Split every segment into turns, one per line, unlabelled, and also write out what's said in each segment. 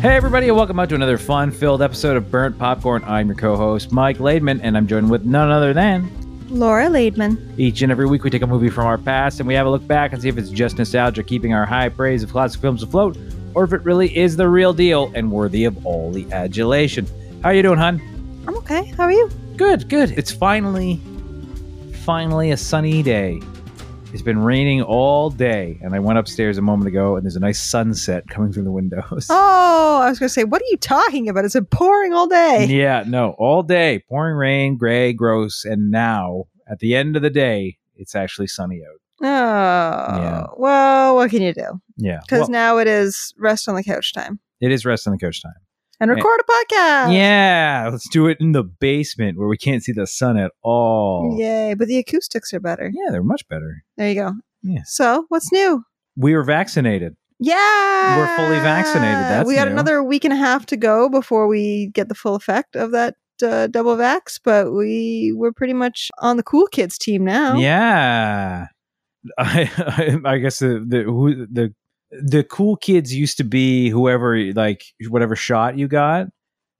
Hey, everybody, and welcome out to another fun filled episode of Burnt Popcorn. I'm your co host, Mike Laidman, and I'm joined with none other than
Laura Laidman.
each and every week we take a movie from our past and we have a look back and see if it's just nostalgia keeping our high praise of classic films afloat or if it really is the real deal and worthy of all the adulation. How you doing, hun?
I'm okay. How are you?
Good, good. It's finally, finally a sunny day. It's been raining all day, and I went upstairs a moment ago, and there's a nice sunset coming through the windows.
Oh, I was going to say, what are you talking about? It's been pouring all day.
Yeah, no, all day, pouring rain, gray, gross, and now at the end of the day, it's actually sunny out.
Oh,
Yeah.
well, what can you do?
Yeah,
Because
Well,
now it is rest on the couch time
it is rest on the couch time.
and
Yeah.
record a podcast.
yeah, let's do it in the basement where we can't see the sun at all.
Yay. But the acoustics are better.
Yeah, they're much better.
There you go.
Yeah.
So, what's new?
We were vaccinated.
Yeah.
fully vaccinated. That's
we got
new.
another week and a half to go before we get the full effect of that uh, double vax, but we were pretty much on the cool kids team now.
Yeah, I, I, I guess the the who, the the cool kids used to be whoever like whatever shot you got.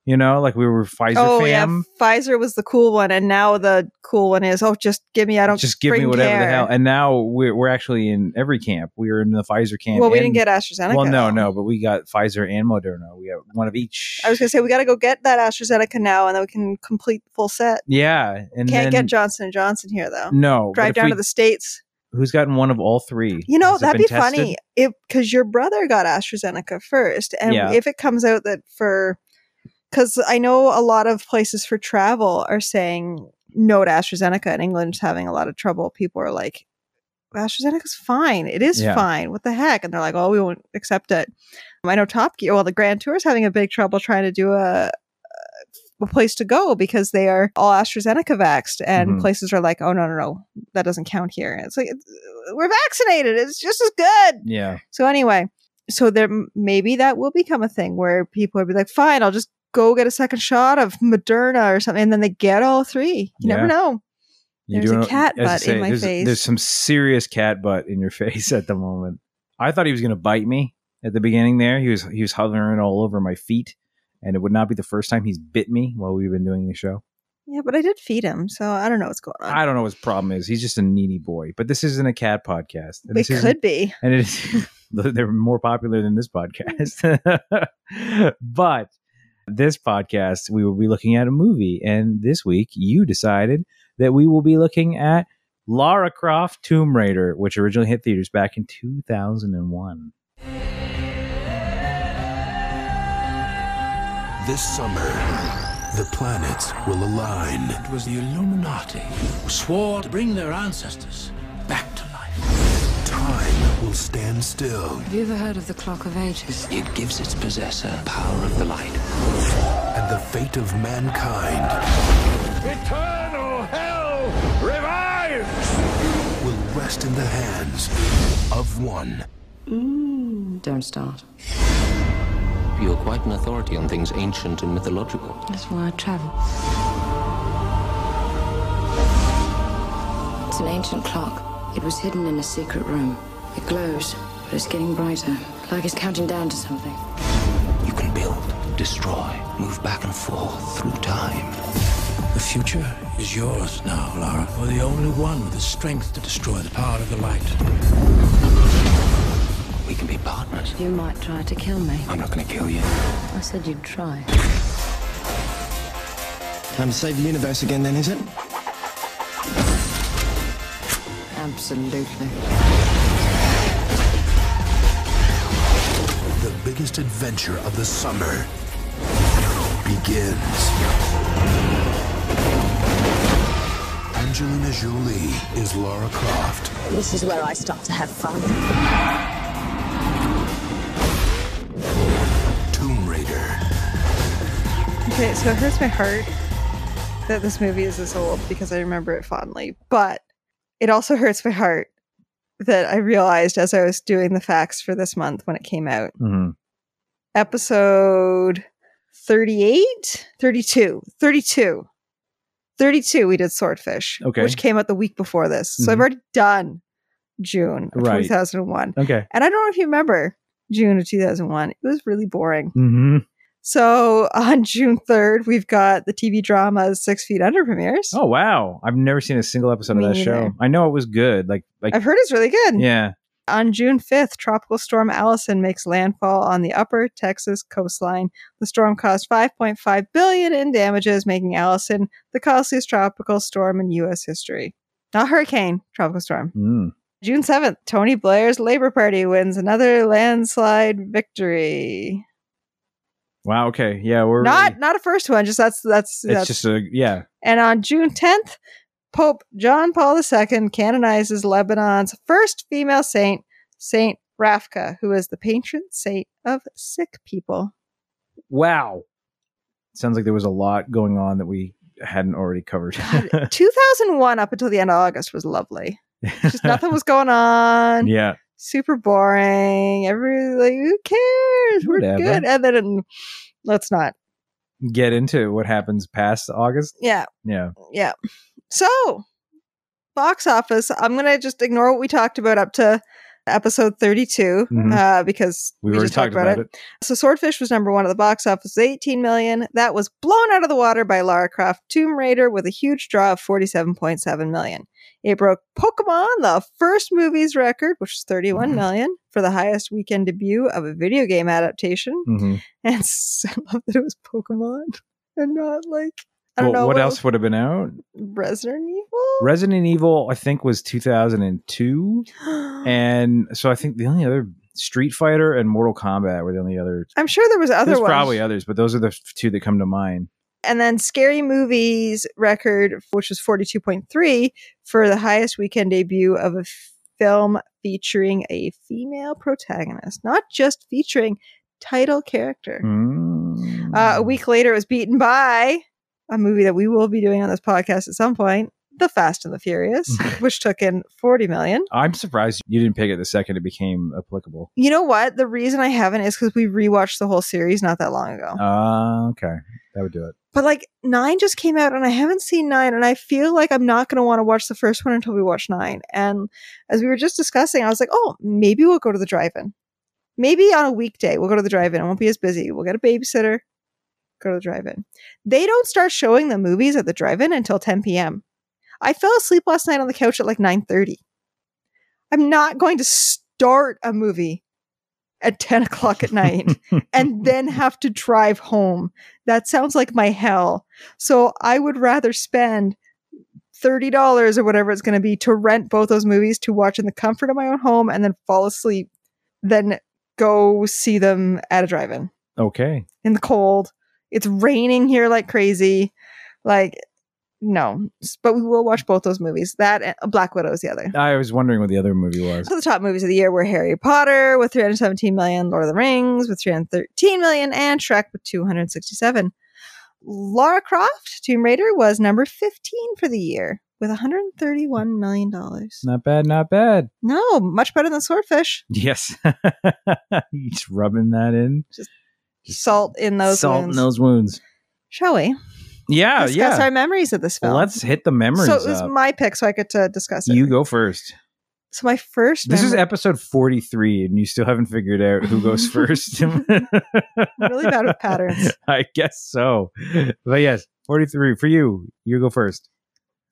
You know, like we were Pfizer
oh
fam.
yeah, Pfizer was the cool one, and now the cool one is oh, just give me. I don't
just give me
freaking
whatever the
care.
hell. And now we're, we're actually in every camp. We were in the Pfizer camp.
well, we
and-
didn't get AstraZeneca.
Well, no, no, but we got Pfizer and Moderna. We got one of each.
I was gonna say we got to go get that AstraZeneca now, and then we can complete the full set.
yeah, and
Can't
then,
get Johnson and Johnson here though.
No, but
Drive
if
down
we-
to the states.
Who's gotten one of all three?
You know
Has it
that'd
been
be
tested?
funny if because your brother got AstraZeneca first, and
Yeah.
if it comes out that for because I know a lot of places for travel are saying no to AstraZeneca, and England's having a lot of trouble. People are like, AstraZeneca's fine. It is
Yeah.
fine. What the heck? And they're like, oh, we won't accept it. I know Top Gear. Well, the Grand Tour is having a big trouble trying to do a. A place to go because they are all AstraZeneca vaxxed, and
Mhm.
places are like, "Oh no, no, no, that doesn't count here." And it's like it's- we're vaccinated; it's just as good.
Yeah,
So anyway, so there maybe that will become a thing where people would be like, "Fine, I'll just go get a second shot of Moderna or something," and then they get all three. You
Yeah.
never know. There's
doing
a cat
as I
butt in my
there's,
face.
There's some serious cat butt in your face at the moment. I thought he was going to bite me at the beginning. There, he was he was hovering all over my feet, and it would not be the first time he's bit me while we've been doing the show.
Yeah, but I did feed him, so I don't know what's going on.
I don't know what his problem is. He's just a needy boy. But this isn't a cat podcast. And
It
this isn't-
could be.
And it is, they're more popular than this podcast. but this podcast, we will be looking at a movie. And this week, you decided that we will be looking at Lara Croft Tomb Raider, which originally hit theaters back in 2001.
This summer, the planets will align.
It was the Illuminati who swore to bring their ancestors back to life.
Time will stand still,
Have you ever heard of the Clock of Ages?
It gives its possessor power of the light.
and the fate of mankind
Eternal hell revives!
will rest in the hands of one.
Don't start.
You're quite an authority on things ancient and mythological.
That's why I travel. It's an ancient clock. It was hidden in a secret room. It glows, but it's getting brighter, like it's counting down to something.
You can build, destroy, move back and forth through time. The future is yours now, Lara. You're the only one with the strength to destroy the power of the light.
We can be partners.
You might try to kill me.
I'm not going to kill you.
I said you'd try.
Time to save the universe again, then, is it?
Absolutely.
The biggest adventure of the summer begins. Angelina Jolie is Lara Croft.
This is where I start to have fun.
Tomb Raider.
Okay, so it hurts my heart that this movie is this old because I remember it fondly, but it also hurts my heart that I realized as I was doing the facts for this month when it came out
Mhm.
episode 38 32 32 32 we did swordfish
Okay.
which came out the week before this so
Mhm.
i've already done june of
Right.
2001
Okay.
and i don't know if you remember June of 2001. It was really boring.
Mm-hmm.
So on June 3rd, we've got the TV drama Six Feet Under premieres.
Oh wow! I've never seen a single episode
Me
of that show.
neither.
I know it was good. Like like
I've heard it's really good.
yeah.
On June 5th, Tropical Storm Allison makes landfall on the upper Texas coastline. The storm caused 5.5 billion in damages, making Allison the costliest tropical storm in US history. Not hurricane, tropical storm.
Mm.
June 7th, Tony Blair's Labor Party wins another landslide victory.
Wow. Okay. Yeah. We're
Not not a first one, just that's that's
Really,
that's
it's just a yeah.
And on June 10th, Pope John Paul II canonizes Lebanon's first female saint, Saint Rafka, who is the patron saint of sick people.
Wow. Sounds like there was a lot going on that we hadn't already covered.
2001 up until the end of August was lovely. Just nothing was going on.
yeah.
Super boring. Everybody's like, who cares? We're
Whatever.
good. And then mm, let's not.
Get into what happens past August.
Yeah.
Yeah.
Yeah. So, box office. I'm going to just ignore what we talked about up to episode 32
Mhm.
uh, because
We, already
just
talked about, it.
So Swordfish was number one at the box office, with 18 million. That was blown out of the water by Lara Croft Tomb Raider with a huge draw of 47.7 million. It broke Pokemon, the first movie's record, which was
Mm-hmm.
31 million for the highest weekend debut of a video game adaptation.
Mhm.
And s- I love that it was Pokemon and not like I
Well,
don't know
what else would have been out?
Resident Evil.
Resident Evil, I think, was 2002. And so I think the only other Street Fighter and Mortal Kombat were the only other.
I'm sure there was other
There's
ones.
probably others, but those are the f- two that come to mind.
and then scary movies record which was 42.3 for the highest weekend debut of a f- film featuring a female protagonist not just featuring title character
Hmm.
uh, a
Mm.
week later it was beaten by a movie that we will be doing on this podcast at some point the fast and the furious which took in 40 million
I'm surprised you didn't pick it the second it became applicable.
you know what the reason i haven't is because we rewatched the whole series not that long ago
Ah, okay. That would do it.
But like nine just came out and I haven't seen nine and I feel like I'm not gonna want to watch the first one until we watch nine. And as we were just discussing, I was like, oh, maybe we'll go to the drive in. Maybe on a weekday we'll go to the drive in. It won't be as busy. We'll get a babysitter, go to the drive in. They don't start showing the movies at the drive in until 10 p.m. I fell asleep last night on the couch at like 9:30. I'm not going to start a movie at 10 o'clock at night and then have to drive home. That sounds like my hell. So I would rather spend $30 or whatever it's going to be to rent both those movies to watch in the comfort of my own home and then fall asleep than go see them at a drive in
Okay.
in the cold. It's raining here like crazy. Like, no. S- But we will watch both those movies. That and Black Widow is the other.
I was wondering what the other movie was.
So the top movies of the year were Harry Potter with 317 million, Lord of the Rings with 313 million, and Shrek with 267. Lara Croft Tomb Raider was number 15 for the year with 131 million dollars.
Not bad, not bad.
No, much better than Swordfish.
Yes. You Just rubbing that in.
Salt in those
Salt
wounds.
in those wounds.
Shall we
Yeah,
discuss
yeah.
our memories of this film?
Let's hit the memories
so it was
up.
my pick, so I get to discuss it.
you go first.
So my first.
This is
memory-
episode 43, and you still haven't figured out who goes first. really
bad with patterns.
I guess so. But yes, 43 for you. You go first.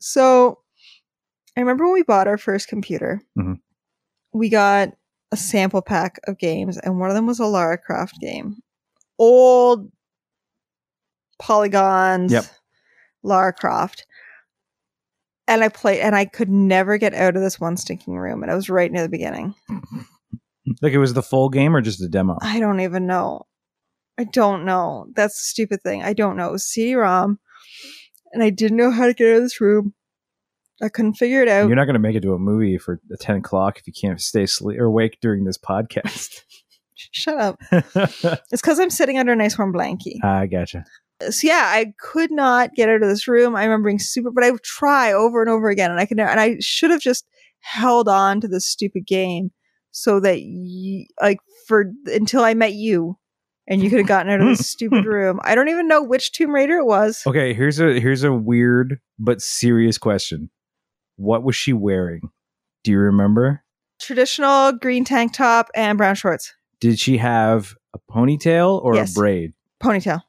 So I remember when we bought our first computer,
Mhm.
we got a sample pack of games, and one of them was a Lara Croft game. Old polygons,
Yep.
Lara Croft. And I played, and I could never get out of this one stinking room, and I was right near the beginning.
Like, it was the full game or just a demo?
I don't even know. I don't know. That's the stupid thing. I don't know. It was CD-ROM, and I didn't know how to get out of this room. I couldn't figure it out.
You're not going to make it to a movie for 10 o'clock if you can't stay asleep or awake during this podcast.
Shut up. It's because I'm sitting under a nice warm blankie.
Ah, I gotcha.
So yeah, I could not get out of this room. I remember being super, but I would try over and over again, and I could never. And I should have just held on to this stupid game so that you, like for until I met you, and you could have gotten out of this stupid room. I don't even know which Tomb Raider it was.
Okay, here's a here's a weird but serious question. What was she wearing? Do you remember?
Traditional green tank top and brown shorts.
Did she have a ponytail or
Yes.
a braid?
Ponytail.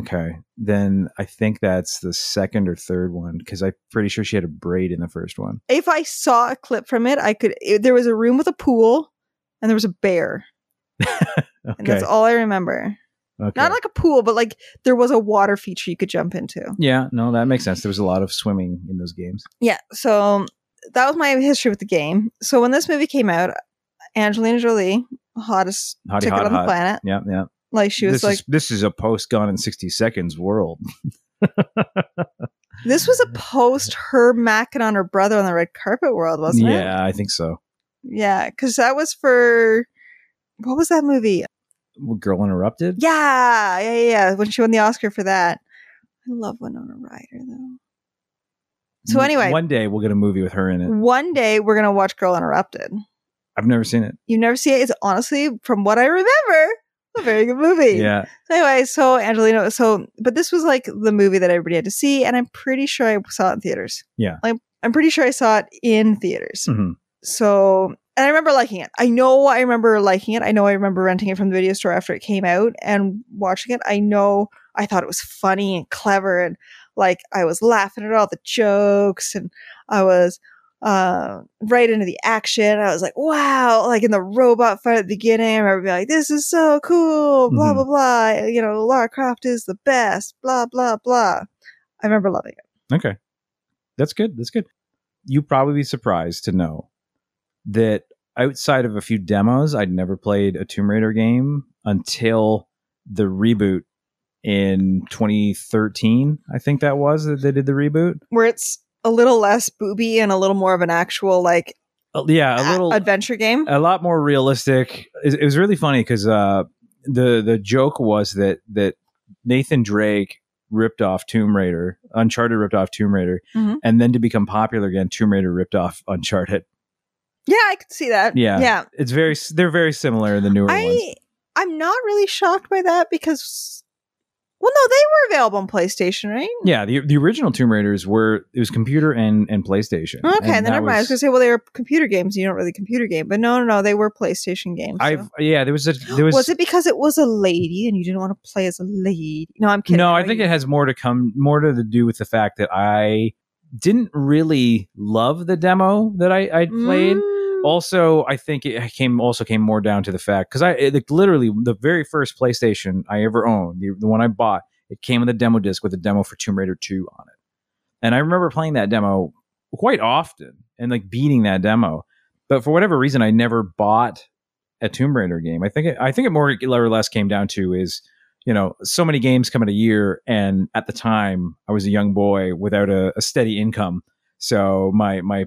Okay. Then I think that's the second or third one because I'm pretty sure she had a braid in the first one.
If I saw a clip from it, I could. It, there was a room with a pool, and there was a bear,
Okay.
and that's all I remember.
okay.
Not like a pool, but like there was a water feature you could jump into.
yeah, no, that makes sense. There was a lot of swimming in those games.
Yeah, so that was my history with the game. So when this movie came out, Angelina Jolie, hottest
Hottie,
ticket
hot,
on
hot.
the planet,
Yeah, yeah.
like she was
this
like,
is this is a post gone in sixty seconds world.
this was a post her macking on her brother on the red carpet world, wasn't it?
yeah, I think so.
Yeah, because that was for what was that movie?
Girl interrupted.
Yeah, yeah, yeah, yeah. When she won the Oscar for that. I love Winona Ryder though. So anyway, one,
one day we'll get a movie with her in it.
day we're gonna watch Girl Interrupted.
I've never seen it.
You never see it. It's honestly, from what I remember, a very good movie.
Yeah,
So anyway, so Angelina, so but this was like the movie that everybody had to see, and I'm pretty sure I saw it in theaters.
Yeah.
like I'm pretty sure I saw it in theaters.
hmm
So, and I remember liking it. I know I remember liking it. I know I remember renting it from the video store after it came out and watching it. I know I thought it was funny and clever and like I was laughing at all the jokes and I was uh, right into the action. I was like, wow, like in the robot fight at the beginning, I remember being like, this is so cool, blah,
Mhm.
blah, blah. You know, Lara Croft is the best, blah, blah, blah. I remember loving it.
Okay, that's good. That's good. You probably be surprised to know that outside of a few demos, I'd never played a Tomb Raider game until the reboot in 2013. I think that was that they did the reboot.
Where it's a little less booby and a little more of an actual like
Uh, yeah, a
a-
little
adventure game.
a lot more realistic. It, it was really funny because uh, the the joke was that that Nathan Drake ripped off Tomb Raider, Uncharted ripped off Tomb Raider,
Mhm.
and then to become popular again, Tomb Raider ripped off Uncharted.
Yeah, I could see that.
Yeah.
yeah.
It's very s- they're very similar in the newer ones.
I I'm not really shocked by that because, well, no, they were available on PlayStation, right?
Yeah, the, the original Tomb Raiders were it was computer and and PlayStation.
Okay, then
that
never mind. I was
was-
gonna say, well, they were computer games. You don't really computer game, but no, no, no, they were PlayStation games. so-
I've yeah, there was a there was,
was, it because it was a lady and you didn't want to play as a lady? No, I'm kidding.
No, I
know
think
you-
it has more to come, more to do with the fact that I didn't really love the demo that I I played.
Mm,
Also, I think it came also came more down to the fact because I it, like, literally the very first PlayStation I ever owned, the, the one I bought, it came with a demo disc with a demo for Tomb Raider Two on it, and I remember playing that demo quite often and like beating that demo. But for whatever reason, I never bought a Tomb Raider game. I think it, I think it more or less came down to is you know so many games come in a year, and at the time I was a young boy without a, a steady income, so my my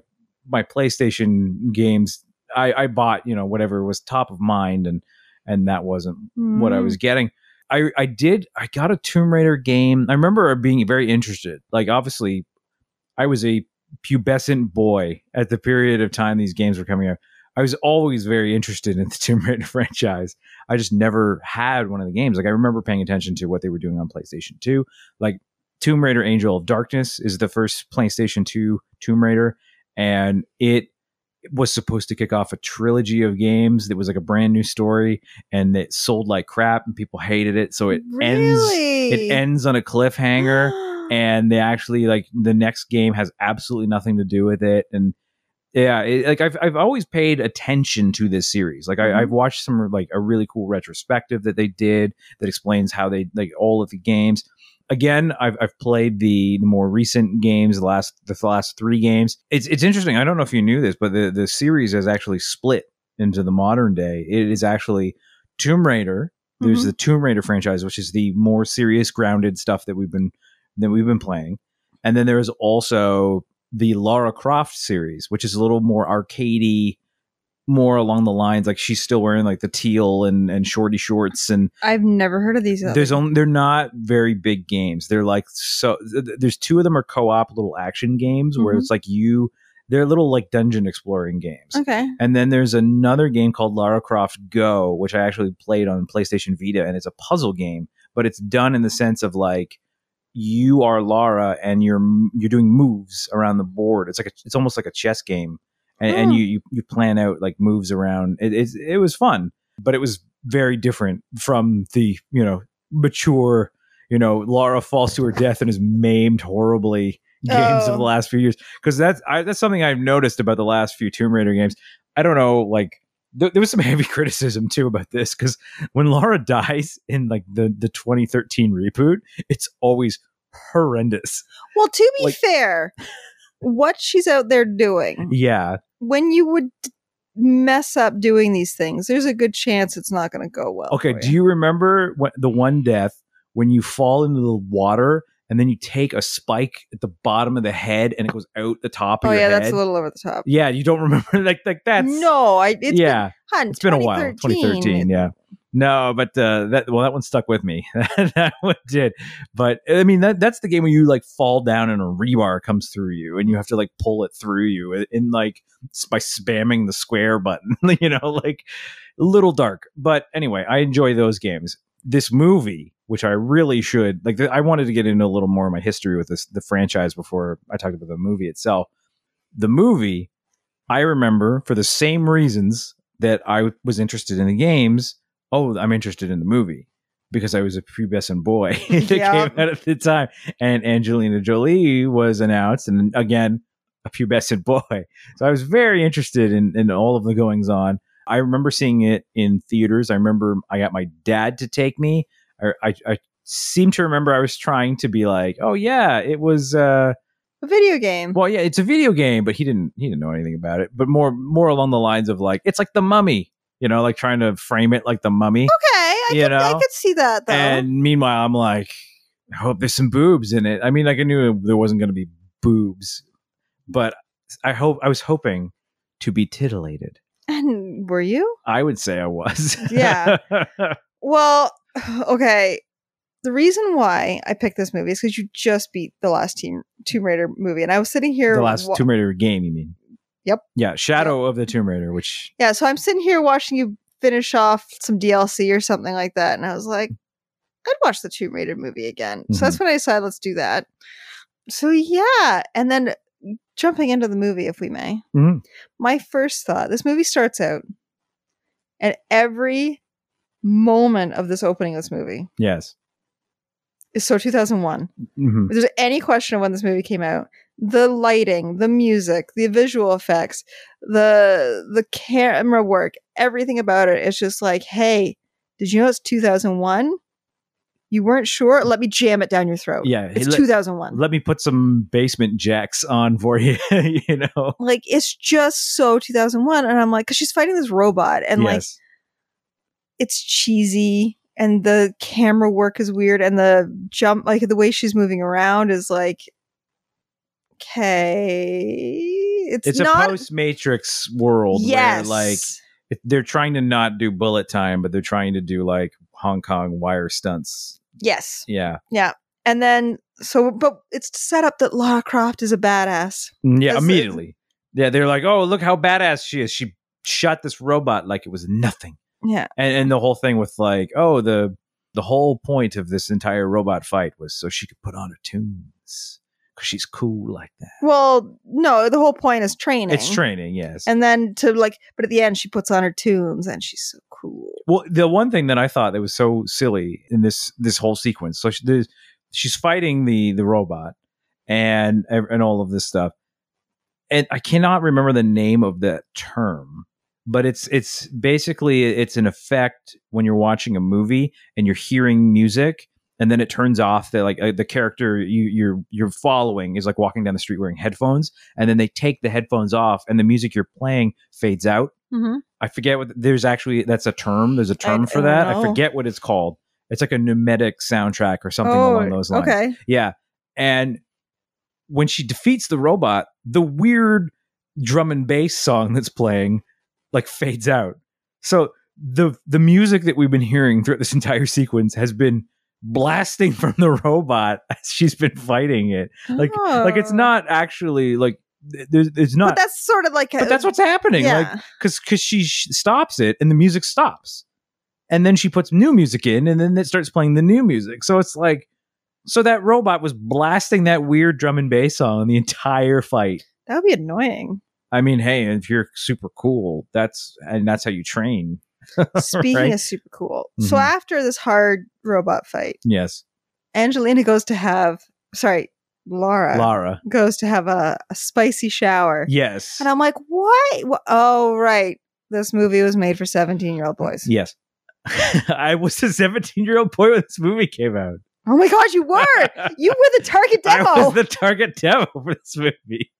my PlayStation games I, I bought you know whatever was top of mind, and and that wasn't what I
mm.
was getting. I, I did I got a Tomb Raider game. I remember being very interested. Like obviously, I was a pubescent boy at the period of time these games were coming out. I was always very interested in the Tomb Raider franchise. I just never had one of the games. Like I remember paying attention to what they were doing on PlayStation Two. Like Tomb Raider: Angel of Darkness is the first PlayStation Two Tomb Raider, and it was supposed to kick off a trilogy of games that was like a brand new story and it sold like crap and people hated it so it ends
really?
it ends on a cliffhanger and they actually like the next game has absolutely nothing to do with it and yeah it, like I've, I've always paid attention to this series like I, i've watched some like a really cool retrospective that they did that explains how they like all of the games again i've, I've played the, the more recent games the last the last three games it's, it's interesting i don't know if you knew this but the, the series is actually split into the modern day it is actually tomb raider there's
Mhm.
the tomb raider franchise which is the more serious grounded stuff that we've been that we've been playing. And then there is also the Lara Croft series, which is a little more arcadey, more along the lines like she's still wearing like the teal and and shorty shorts and
I've never heard of these. other-
there's only they're not very big games. They're like so th- th- there's two of them are co-op little action games where
Mhm.
it's like you they're little like dungeon exploring games.
okay.
And then there's another game called Lara Croft Go, which I actually played on PlayStation Vita, and it's a puzzle game, but it's done in the sense of like you are Lara and you're you're doing moves around the board. It's like a, it's almost like a chess game, and, and
Hmm.
you, you you plan out like moves around. It, it's it was fun. but it was very different from the you know mature you know Lara falls to her death and is maimed horribly games
Oh.
of the last few years because that's I, that's something I've noticed about the last few Tomb Raider games. I don't know like. There, there was some heavy criticism too about this because when Lara dies in like the, the 2013 reboot, it's always horrendous.
Well, to be
Like-
fair, what she's out there doing,
Yeah,
when you would d- mess up doing these things, there's a good chance it's not going to go well.
Okay,
for
do you remember what, the one death when you fall into the water and then you take a spike at the bottom of the head and it goes out the top of
Oh
your
yeah,
head?
that's a little over the top.
yeah, you don't remember like like that's
no, I. It's
yeah,
been, hun,
it's been a while. 2013, yeah. No, but uh, that well, that one stuck with me. that one did. But I mean, that that's the game where you like fall down and a rebar comes through you, and you have to like pull it through you, in, in like s- by spamming the square button. you know, like a little dark. But anyway, I enjoy those games. This movie, which I really should like, th- I wanted to get into a little more of my history with this the franchise before I talked about the movie itself. The movie, I remember for the same reasons that I was interested in the games. Oh, I'm interested in the movie because I was a pubescent boy that
Yep.
came out at the time, and Angelina Jolie was announced, and again, a pubescent boy. So I was very interested in in all of the goings on. I remember seeing it in theaters. I remember I got my dad to take me. I, I, I seem to remember I was trying to be like, oh yeah, it was. Uh,
A video game.
well, yeah, it's a video game, but he didn't he didn't know anything about it. But more more along the lines of like it's like the Mummy, you know, like trying to frame it like the Mummy.
okay, I
you
could, I
know,
could see that though.
And meanwhile, I'm like, I hope there's some boobs in it. I mean, like I knew there wasn't going to be boobs, but I hope I was hoping to be titillated.
and were you?
I would say I was.
Yeah. Well, okay. The reason why I picked this movie is because you just beat the last Team Tomb Raider movie, and I was sitting here.
the last
wa-
Tomb Raider game, you mean?
Yep.
Yeah, Shadow of the Tomb Raider, which
yeah, so I'm sitting here watching you finish off some DLC or something like that, and I was like, I'd watch the Tomb Raider movie again. So that's when I decided let's do that. So yeah, and then jumping into the movie, if we may.
Mhm.
My first thought: this movie starts out, and every moment of this opening of this movie
yes,
is so 2001.
hmm
if there's any question of when this movie came out, the lighting, the music, the visual effects, the the camera work, everything about it, it's just like, hey, did you know it's 2001? You weren't sure? Let me jam it down your throat.
yeah.
it's
let-
2001.
let me put some basement jacks on for you. you know,
like it's just so 2001, and I'm like, because she's fighting this robot, and like
yes,
it's cheesy and the camera work is weird and the jump like the way she's moving around is like okay it's,
it's
not
a post Matrix world
yes
where like it- they're trying to not do bullet time, but they're trying to do like Hong Kong wire stunts.
yes
Yeah,
and then so but it's set up that Lara Croft is a badass
yeah,
It's-
immediately. Yeah, they're like, oh, look how badass she is. She shot this robot like it was nothing.
yeah
and and the whole thing with like oh the the whole point of this entire robot fight was so she could put on her tunes because she's cool like that
well no the whole point is training
it's training yes
and then to like but at the end she puts on her tunes and she's so cool
well the one thing that i thought that was so silly in this this whole sequence so she, there's- she's fighting the the robot and and all of this stuff and i cannot remember the name of that term but it's it's basically it's an effect when you're watching a movie and you're hearing music and then it turns off that like uh, the character you you're you're following is like walking down the street wearing headphones and then they take the headphones off and the music you're playing fades out
mm-hmm.
I forget what there's actually that's a term. There's a term for
I
that.
don't
I
know.
forget what it's called. It's like a pneumatic soundtrack or something along those lines.
Oh, okay
Yeah. And when she defeats the robot, the weird drum and bass song that's playing like fades out. So the the music that we've been hearing throughout this entire sequence has been blasting from the robot as she's been fighting it. Like like it's
Oh.
not actually like th- there's it's
but
not but that's,
that's sort of like a-
what's happening. Like because because she sh- stops it and the music stops and then she puts new music in and then it starts playing the new music so it's like so that robot was blasting that weird drum and bass song the entire fight
That would be annoying.
i mean hey if you're super cool that's and that's how you train
Speaking
Right.
is super cool. So
Mhm.
after this hard robot fight,
Yes.
Angelina goes to have sorry, Laura
Lara.
goes to have a, a spicy shower.
Yes.
And I'm like, why? Wh- Oh, right. This movie was made for 17 year old boys.
Yes. I was a 17 year old boy when this movie came out.
Oh my God, you were. you were the target demo.
I was the target demo for this movie.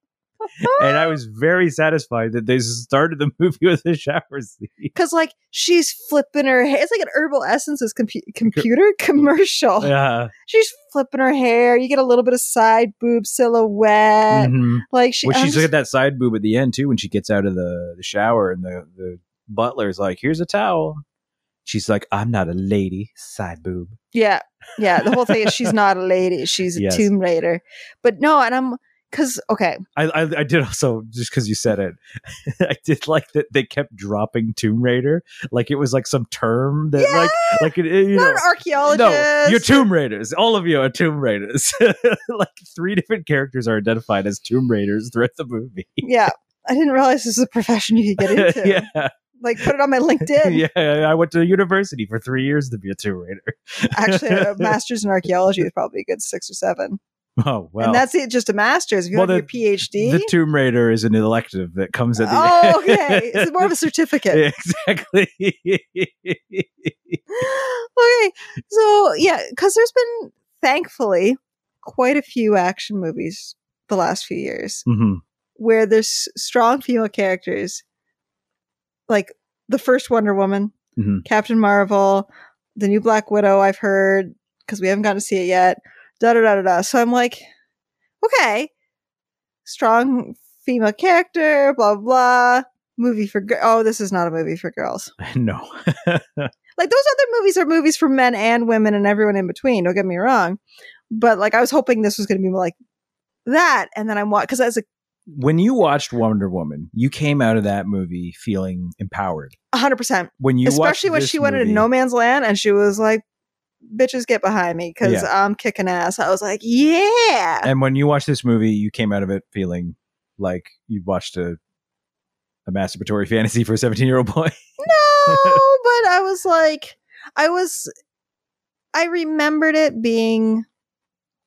and I was very satisfied that they started the movie with a shower scene.
Cause like she's flipping her hair. It's like an herbal essences compu- computer commercial.
Yeah.
She's flipping her hair. You get a little bit of side boob silhouette.
Mhm.
Like she,
Well,
I'm
she's
just-
at that side boob at the end too when she gets out of the, the shower and the, the butler's like, here's a towel. She's like, I'm not a lady, side boob.
yeah, yeah. The whole thing is she's not a lady. She's a
Yes.
tomb raider. But no, and I'm cause okay.
I, I, I did also just because you said it. I did like that they kept dropping Tomb Raider, like it was like some term that like
Yeah!
like it, you
not
know.
an archaeologist.
No, you're Tomb Raiders. All of you are Tomb Raiders. like three different characters are identified as Tomb Raiders throughout the movie.
Yeah. I didn't realize this is a profession you could get into.
yeah,
Like put it on my LinkedIn.
yeah. I went to university for three years to be a Tomb Raider.
Actually, a master's in archaeology is probably a good six or seven.
oh well,
and that's it, just a master's. If you
Well,
have
the-
your PhD,
the Tomb Raider is an elective that comes at the
oh, okay. It's more of a certificate.
Yeah, exactly.
okay. So, yeah, because there's been, thankfully, quite a few action movies the last few years
hmm
where there's strong female characters, like the first Wonder Woman,
Mhm.
Captain Marvel, the new Black Widow, I've heard, because we haven't gotten to see it yet. Da da da da da. So I'm like, okay, strong female character, blah blah. blah. Movie for gir- oh, this is not a movie for girls.
No.
Like those other movies are movies for men and women and everyone in between. Don't get me wrong, but like I was hoping this was going to be more like that, and then I'm watching because as a
when you watched Wonder Woman, you came out of that movie feeling empowered.
100 percent
When you
especially
watched
when
this
she went into
movie-
no man's land and she was like bitches get behind me because i'm kicking ass i was like yeah
and when you watched this movie, you came out of it feeling like you watched a a masturbatory fantasy for a seventeen year old boy.
no but i was like i was i remembered it being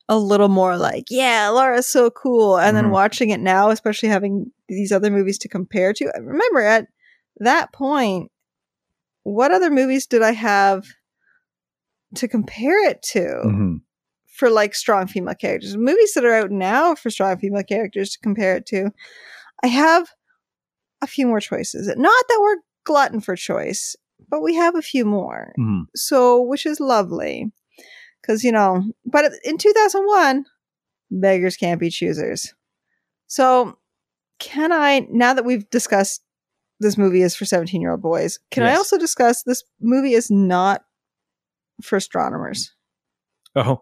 a little more like yeah laura's so cool and
Mhm.
then watching it now especially having these other movies to compare to I remember at that point what other movies did i have to compare it to
Mhm.
for like strong female characters. Movies that are out now for strong female characters to compare it to. I have a few more choices. Not that we're glutton for choice, but we have a few more.
Mhm.
So, which is lovely. Cuz you know, but in 2001, beggars can't be choosers. So, can I now that we've discussed this movie is for 17-year-old boys, can I
Yes.
also discuss this movie is not for astronomers?
Oh, uh-huh.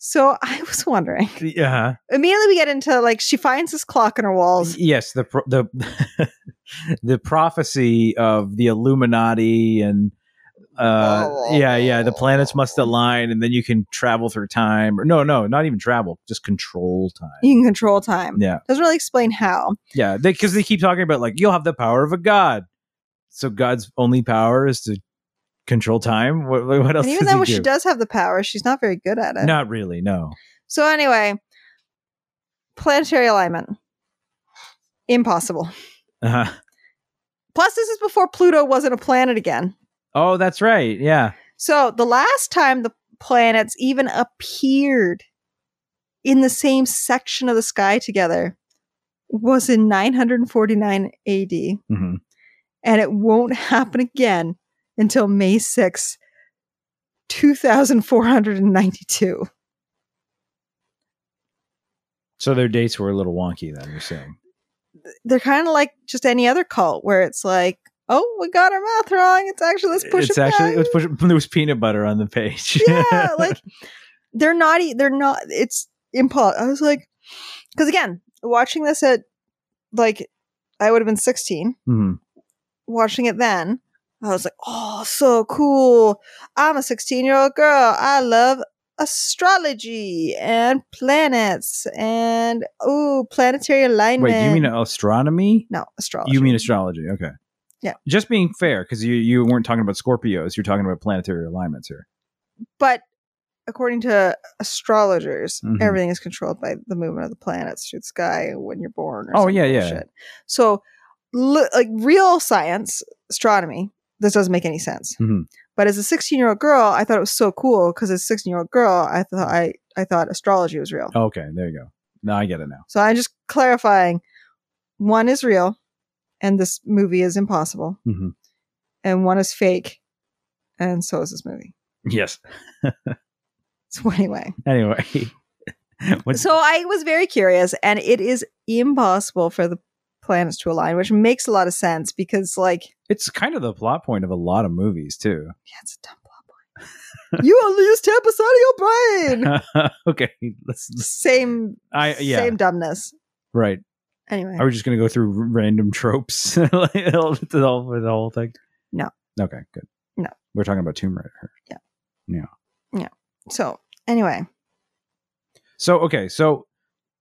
So I was wondering.
yeah.
Immediately we get into like she finds this clock in her walls.
Yes, the pro- the the prophecy of the Illuminati and uh yeah yeah the planets must align and then you can travel through time or no no not even travel just control time
You can control time.
yeah
Doesn't really explain how.
Yeah, because they, keep talking about like you'll have the power of a god. So God's only power is to control time. What, what what else?
And even
does
though
he
when
do?
she does have the power, she's not very good at it.
not really. No.
So anyway, planetary alignment. Impossible.
Uh-huh.
Plus, this is before Pluto wasn't a planet again.
Oh, that's right. Yeah.
So the last time the planets even appeared in the same section of the sky together was in 949 AD.
hmm
and it won't happen again until May 6, 2492.
So their dates were a little wonky. Then you're saying.
They're kind of like just any other cult where it's like, oh, we got our math wrong. It's actually, let's push
it's
it
actually
back.
it was push, there was peanut butter on the page.
yeah, like they're not, e- they're not, it's impulse. I was like, because again, watching this at like, I would have been 16.
Mhm.
watching it then, I was like, oh, so cool. I'm a 16 year old girl. I love astrology and planets and, ooh, planetary alignment.
Wait, you mean astronomy?
no, astrology?
You mean astrology? Okay.
Yeah.
Just being fair, because you, you weren't talking about Scorpios, you're talking about planetary alignments here.
But according to astrologers,
Mhm.
everything is controlled by the movement of the planets through the sky when you're born. Or
Oh,
some
yeah, yeah.
bullshit. So, li- like real science, astronomy, this doesn't make any sense.
Mhm.
But as a 16 year old girl, I thought it was so cool because as a 16 year old girl, I thought
Mm-hmm.
I, I thought astrology was real.
Okay, there you go. Now I get it now.
So I'm just clarifying: one is real, and this movie is impossible,
Mhm.
and one is fake, and so is this movie.
Yes.
So anyway,
Anyway. What's,
so I was very curious, and it is impossible for the planets to align, which makes a lot of sense because, like,
it's kind of the plot point of a lot of movies, too.
yeah, it's a dumb plot point. you only use ten percent of your brain.
okay. Let's,
Same,
I, yeah.
same dumbness.
Right.
Anyway,
Are we just going to go through r- random tropes like, all- the whole, the whole thing?
No.
Okay, good.
No.
We're talking about Tomb Raider.
so anyway,
So, okay. So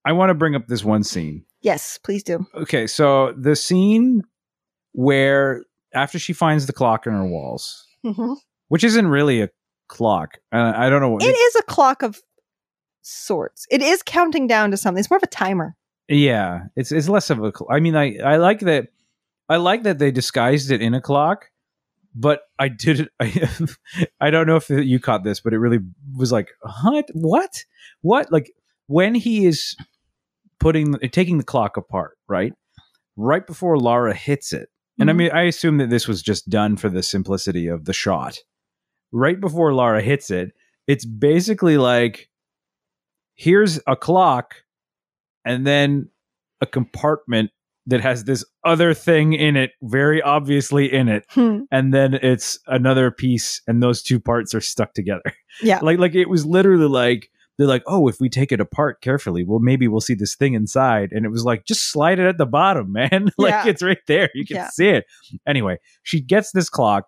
I want to bring up this one scene
yes, please do.
okay so the scene where after she finds the clock on her walls which isn't really a clock uh, i don't know what
It is a clock of sorts. It is counting down to something. It's more of a timer.
yeah it's it's less of a cl- i mean i i like that i like that they disguised it in a clock but i did i, I don't know if you caught this but it really was like what what what like when he is putting taking the clock apart right right before lara hits it And I mean, I assume that this was just done for the simplicity of the shot. Right before Lara hits it, it's basically like here's a clock and then a compartment that has this other thing in it, very obviously in it,
Hmm.
and then it's another piece and those two parts are stuck together.
Yeah.
Like like it was literally like they're like, "Oh, if we take it apart carefully, well maybe we'll see this thing inside." And it was like, "Just slide it at the bottom, man. like
Yeah.
it's right there. You can
Yeah.
see it." Anyway, she gets this clock.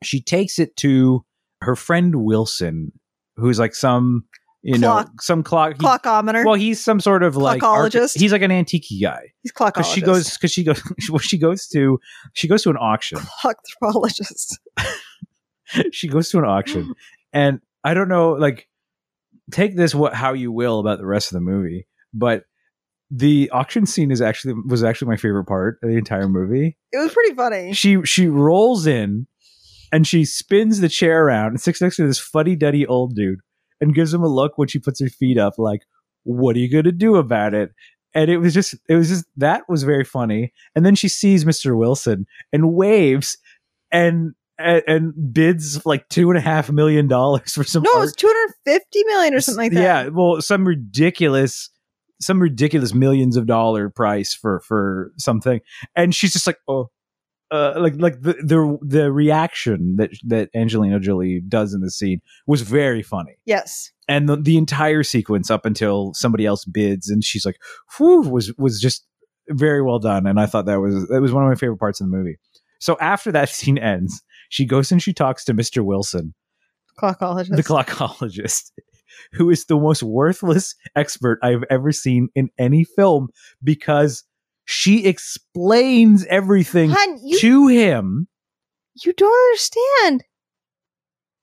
She takes it to her friend Wilson, who's like some you know,
Clock-
some clock. he-
clockometer.
well, he's some sort of like arch-
Clockologist?
he's like an antique guy
He's clockologist.
because she goes because she goes well, she goes to she goes to an auction.
clockthropologist.
she goes to an auction and i don't know like take this what how you will about the rest of the movie but the auction scene is actually was actually my favorite part of the entire movie
It was pretty funny.
she she rolls in and she spins the chair around and sits next to this fuddy duddy old dude and gives him a look when she puts her feet up, like, what are you gonna do about it? And it was just it was just that was very funny. And then she sees Mr. Wilson and waves and and, and bids like two and a half million dollars for some
No, it
art
was 250 million or something like that.
yeah, well, some ridiculous, some ridiculous millions of dollar price for for something, and she's just like, oh, uh, like like the the the reaction that that Angelina Jolie does in the scene was very funny,
Yes.
and the, the entire sequence up until somebody else bids and she's like, whew, was was just very well done, and I thought that was that was one of my favorite parts of the movie. So after that scene ends, she goes and she talks to Mr. Wilson,
Clockologist.
the clockologist, who is the most worthless expert I've ever seen in any film because she explains everything
Hun, you,
to him.
you don't understand.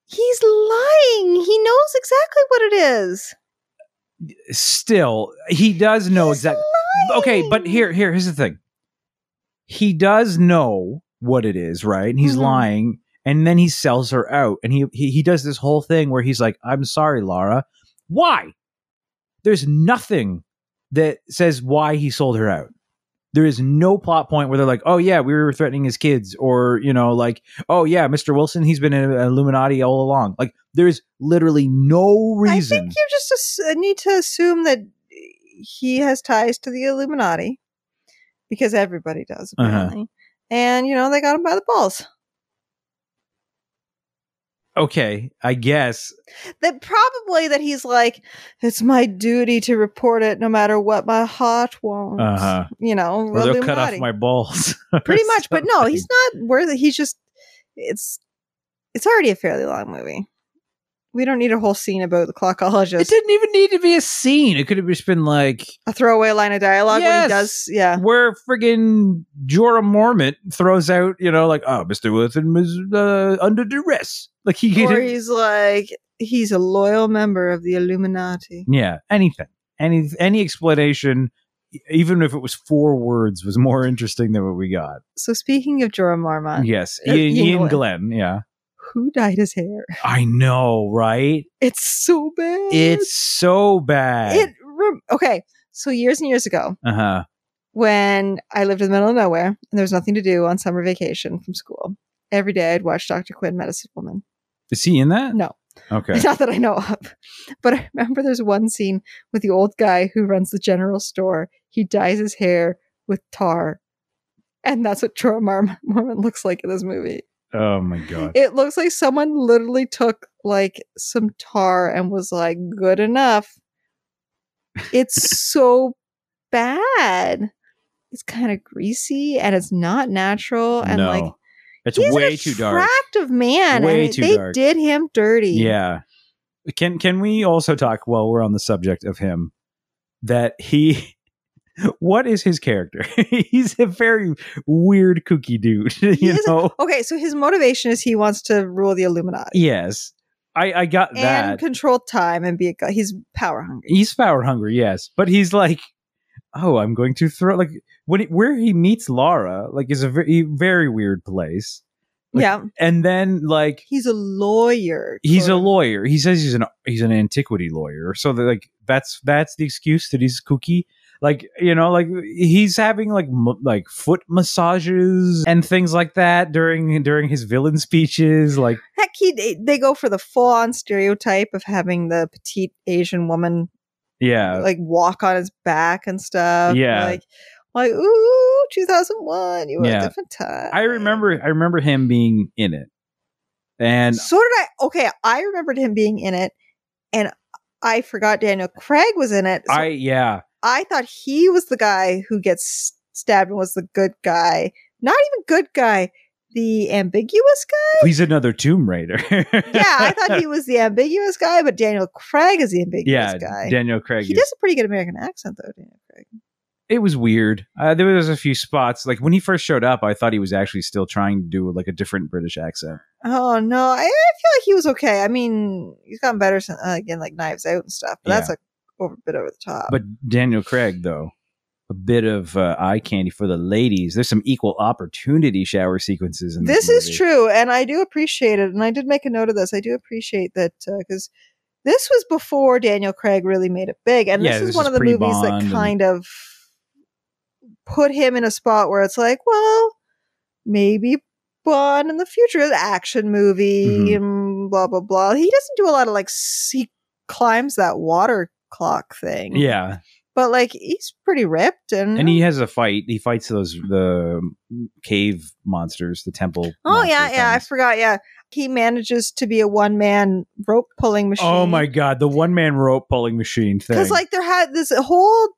He's lying. He knows exactly what it is.
Still, he does know
He's
exactly.
lying.
Okay, but here, here, here's the thing. He does know what it is, right? And he's
Mhm.
lying, and then he sells her out, and he, he he does this whole thing where he's like, "I'm sorry, Lara. Why? There's nothing that says why he sold her out. There is no plot point where they're like, "Oh yeah, we were threatening his kids," or you know, like, "Oh yeah, Mr. Wilson, he's been an Illuminati all along." Like, there's literally no
I
reason.
think you just ass- need to assume that he has ties to the Illuminati because everybody does,
Uh-huh.
apparently. And, you know, they got him by the balls.
okay, I guess
that probably that he's like it's my duty to report it no matter what my heart wants
Uh-huh.
you know
or they'll cut off
Illuminati.
my balls.
pretty much but no he's
Something.
not worth it he's just it's it's already a fairly long movie We don't need a whole scene about the clockologist.
It didn't even need to be a scene. It could have just been like
a throwaway line of dialogue when
Yes.
he does. Yeah.
where friggin' Jorah Mormont throws out, you know, like, oh, Mr. Wilson was uh, under duress. Like he
Or
could,
he's like, he's a loyal member of the Illuminati.
yeah, anything, any any explanation, e- even if it was four words, was more interesting than what we got.
So speaking of Jorah Marmot,
yes,
uh,
Ian,
Ian
Ian Glenn.
Glenn.
Yeah,
who dyed his hair?
I know, right?
It's so bad.
It's so bad.
it. Rem- okay, so years and years ago,
uh huh.
when I lived in the middle of nowhere and there was nothing to do on summer vacation from school, every day I'd watch Doctor Quinn, Medicine Woman.
Is he in that?
No,
Okay.
not that I know of, but I remember there's one scene with the old guy who runs the general store. He dyes his hair with tar. And that's what Jorah Mar- Mormon looks like in this movie.
Oh my god.
It looks like someone literally took like some tar and was like, good enough. It's so bad. It's kind of greasy and it's not natural. And
no,
like,
it's
he's
way
an
too dark.
Attractive man. and
Way
it-
too
they
dark.
did him dirty.
Yeah. Can can we also talk while we're on the subject of him that he what is his character? He's a very weird kooky dude,
He
you
is a-
know.
Okay, so his motivation is he wants to rule the Illuminati
yes. I I got
and
that.
control time and be a god. He's power hungry.
He's power hungry, yes, but he's like oh, I'm going to throw like when he, where he meets Lara like is a very, very weird place. Like,
yeah,
And then like
he's a lawyer.
he's a
sort of.
lawyer. He says he's an he's an antiquity lawyer. So that like that's that's the excuse that he's kooky. Like you know, like he's having like m- like foot massages and things like that during during his villain speeches. Like
Heck, he they- they go for the full on stereotype of having the petite Asian woman
yeah,
like walk on his back and stuff.
Uh, Yeah.
like like ooh, two thousand one. You were
Yeah.
a different time.
I remember I remember him being in it, and
so did I. Okay, I remembered him being in it, and I forgot Daniel Craig was in it. so
I yeah
I thought he was the guy who gets stabbed and was the good guy. Not even good guy, the ambiguous guy.
he's another Tomb Raider.
Yeah, I thought he was the ambiguous guy, but Daniel Craig is the ambiguous
yeah
guy.
Daniel Craig.
he
is-
does a pretty good American accent, though. Daniel Craig.
it was weird. Uh, there was a few spots like when he first showed up, I thought he was actually still trying to do like a different British accent.
Oh no, I, I feel like he was okay. I mean, he's gotten better since uh, again, like Knives Out and stuff. But that's a over, bit over the top.
But Daniel Craig, though, a bit of uh, eye candy for the ladies. There's some equal opportunity shower sequences in this.
this is
movie.
true, and I do appreciate it. And I did make a note of this. I do appreciate that because this was before Daniel Craig really made it big, and
Yeah,
this is
this
one
is
of the movies
pre-Bond and-
that kind of put him in a spot where it's like, well, maybe Bond in the future is an action movie
Mhm.
and blah blah blah. He doesn't do a lot of like s- he climbs that water clock thing,
Yeah,
but like he's pretty ripped and.
and he has a fight. He fights those the cave monsters, the temple.
Oh yeah,
monster
yeah, I
things.
forgot. Yeah, he manages to be a one man rope pulling machine.
Oh my god, the one man rope pulling machine thing.
Because like there had this whole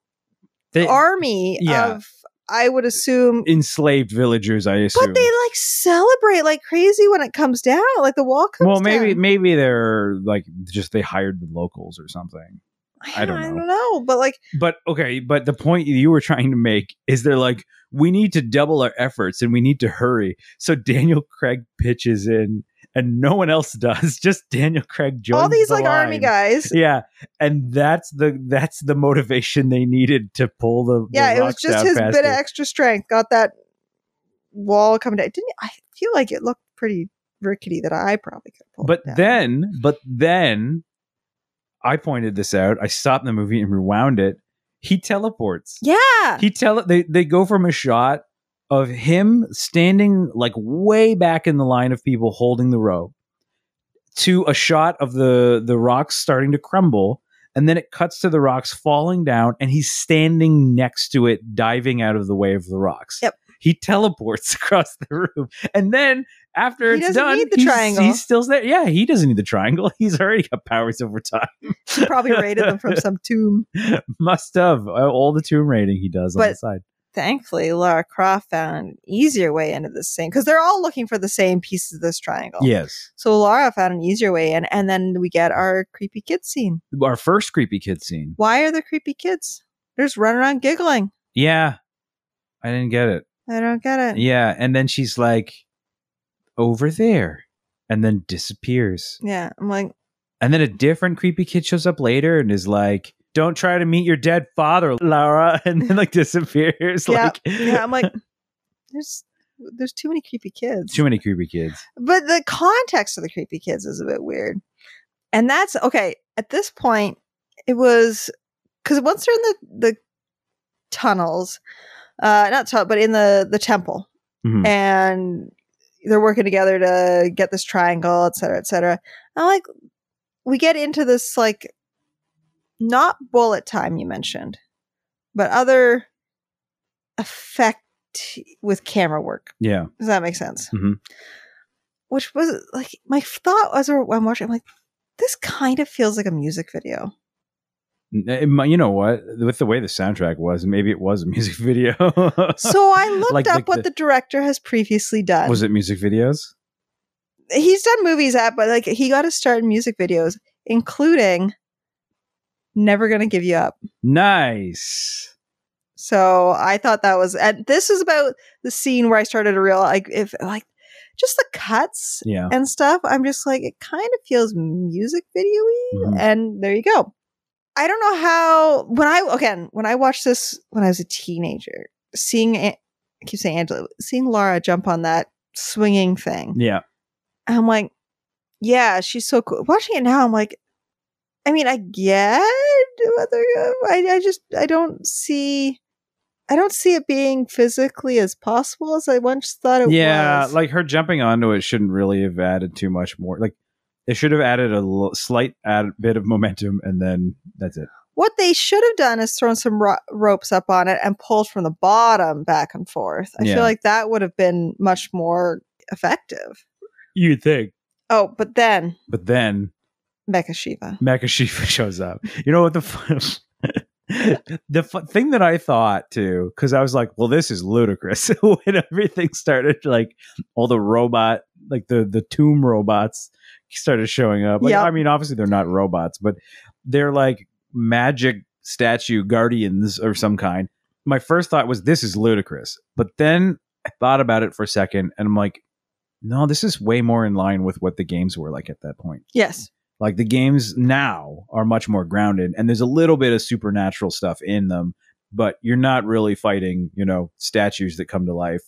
They-
army
yeah.
of, I would assume,
enslaved villagers, I assume.
but they like celebrate like crazy when it comes down. Like the wall comes.
well, maybe
down.
maybe they're like just they hired the locals or something. I don't
I
know.
don't know, but like
But okay, but the point you were trying to make is they're like, we need to double our efforts and we need to hurry. So Daniel Craig pitches in and no one else does. Just Daniel Craig joins.
all these
the
like army
line.
guys.
Yeah. And that's the that's the motivation they needed to pull the the
Yeah, it was
rocks
just
down
his
faster.
bit of extra strength. Got that wall coming down. Didn't I feel like it looked pretty rickety that I probably could pull. it
But
down.
then, but then I pointed this out. I stopped the movie and rewound it. He teleports.
yeah,
he tell they they go from a shot of him standing like way back in the line of people holding the rope to a shot of the the rocks starting to crumble and then it cuts to the rocks falling down and he's standing next to it diving out of the way of the rocks
Yep.
he teleports across the room and then after
He
it's
doesn't
done
need the
he's,
triangle.
he's still there yeah he doesn't need the triangle he's already got powers over time
he probably raided them from some tomb.
must have Uh, all the tomb raiding he does on
But
the side
thankfully, Lara Croft found an easier way into this thing because they're all looking for the same piece of this triangle.
Yes.
So Lara found an easier way in, and then we get our creepy kid scene.
Our first creepy kid scene.
Why are there creepy kids? They're just running around giggling.
Yeah. I didn't get it.
I don't get it.
Yeah. And then she's like, over there. And then disappears.
Yeah, I'm like,
And then a different creepy kid shows up later and is like, don't try to meet your dead father, Lara. And then like disappears.
Yeah.
Like,
yeah, I'm like, there's there's too many creepy kids.
too many creepy kids.
but the context of the creepy kids is a bit weird. And that's okay. At this point, it was because once they're in the the tunnels, uh, not tunnel, but in the the temple,
Mhm.
and they're working together to get this triangle, et cetera, et cetera. And like, we get into this like not bullet time you mentioned, but other effect with camera work.
Yeah.
Does that make sense?
Mhm.
Which was like my thought as I'm watching, I'm like, this kind of feels like a music video.
It might- eh, you know what? With the way the soundtrack was, maybe it was a music video.
So uh I looked
Like,
up
like
what
the-
the, director has previously done.
was it music videos?
He's done movies at, but like he got his start in music videos, including Never Gonna Give You Up.
Nice.
So I thought that was, and this is about the scene where I started to realize, like, if like just the cuts
Yeah.
and stuff, I'm just like, it kind of feels music video y.
Mhm.
And there you go. I don't know how, when I, again, when I watched this when I was a teenager, seeing, A- I keep saying Angela, seeing Laura jump on that swinging thing,
Yeah.
I'm like, yeah, she's so cool. Watching it now, I'm like, I mean, I get what they're, I, I just, I don't see. I don't see it being physically as possible as I once thought it
yeah.
was.
Like her jumping onto it shouldn't really have added too much more. Like they should have added a l- slight add- bit of momentum and then that's it.
What they should have done is thrown some ro- ropes up on it and pulled from the bottom back and forth. I
Yeah.
feel like that would have been much more effective.
You'd think.
Oh, but then
But then
Mecha Shiva.
Makashifa shows up. You know what the fun the fu- thing that I thought too, because I was like, well, this is ludicrous. when everything started, like all the robot, like the the tomb robots started showing up. Like,
Yep.
I mean, obviously they're not robots, but they're like magic statue guardians or some kind. My first thought was this is ludicrous, but then I thought about it for a second, and I'm like, no, this is way more in line with what the games were like at that point
Yes.
like the games now are much more grounded and there's a little bit of supernatural stuff in them but you're not really fighting you know statues that come to life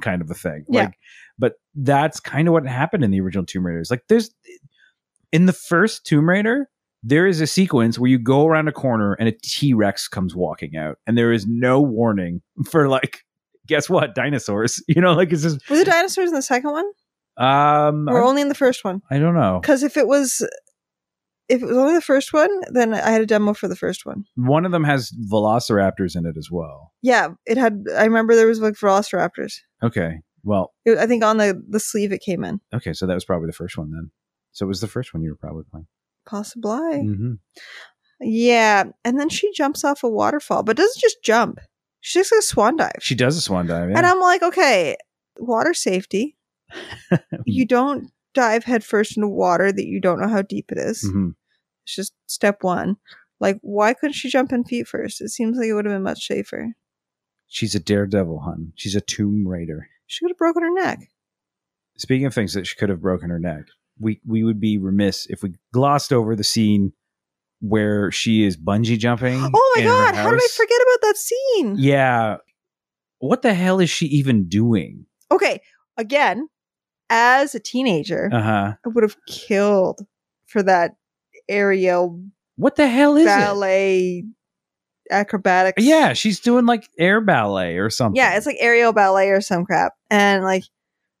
kind of a thing
Yeah.
like but that's kind of what happened in the original tomb raiders like there's in the first tomb raider there is a sequence where you go around a corner and a t-rex comes walking out and there is no warning for like guess what dinosaurs you know like it's just
Were the dinosaurs in the second one?
um
Or
I,
only in the first one?
I don't know
Because if it was if it was only the first one, then I had a demo for the first one.
one of them has velociraptors in it as well
Yeah, it had I remember there was like Velociraptors.
Okay. Well,
It, I think on the, the sleeve it came in.
okay. So that was probably the first one then. So it was the first one you were probably playing.
Possibly.
hmm
Yeah, and then she jumps off a waterfall, but doesn't just jump. She takes a swan dive,
She does a swan dive.
and
Yeah.
I'm like, okay, water safety. you don't dive headfirst into water that you don't know how deep it is.
Mhm.
It's just step one. Like, why couldn't she jump in feet first? It seems like it would have been much safer.
She's a daredevil, hun. She's a tomb raider.
She could have broken her neck.
Speaking of things that she could have broken her neck, we we would be remiss if we glossed over the scene where she is bungee jumping.
Oh my
Mm, in her
god, how did I
house.
forget about that scene?
Yeah. What the hell is she even doing?
Okay, again, as a teenager,
Uh huh.
I would have killed for that aerial
What the hell is
ballet
it?
acrobatics.
Yeah, she's doing like air ballet or something.
Yeah, it's like aerial ballet or some crap. And like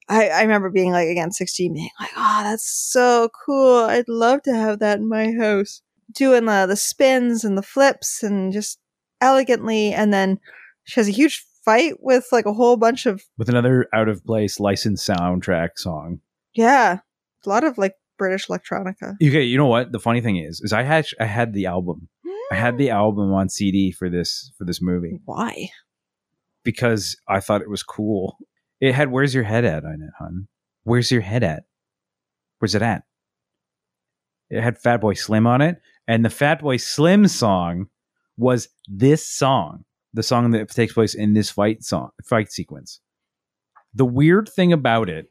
I, I remember being like again 16 being like, oh, that's so cool. I'd love to have that in my house. Doing the the spins and the flips and just elegantly and then she has a huge fight with like a whole bunch of
with another out of place licensed soundtrack song.
yeah, a lot of like British electronica.
Okay, you know what? The funny thing is, is I had I had the album. I had the album on CD for this for this movie.
why?
because I thought it was cool. It had "Where's your head at?" on it, hun. Where's your head at? Where's it at? It had Fat Boy Slim on it, and the Fat Boy Slim song was this song, the song that takes place in this fight song fight sequence. The weird thing about it,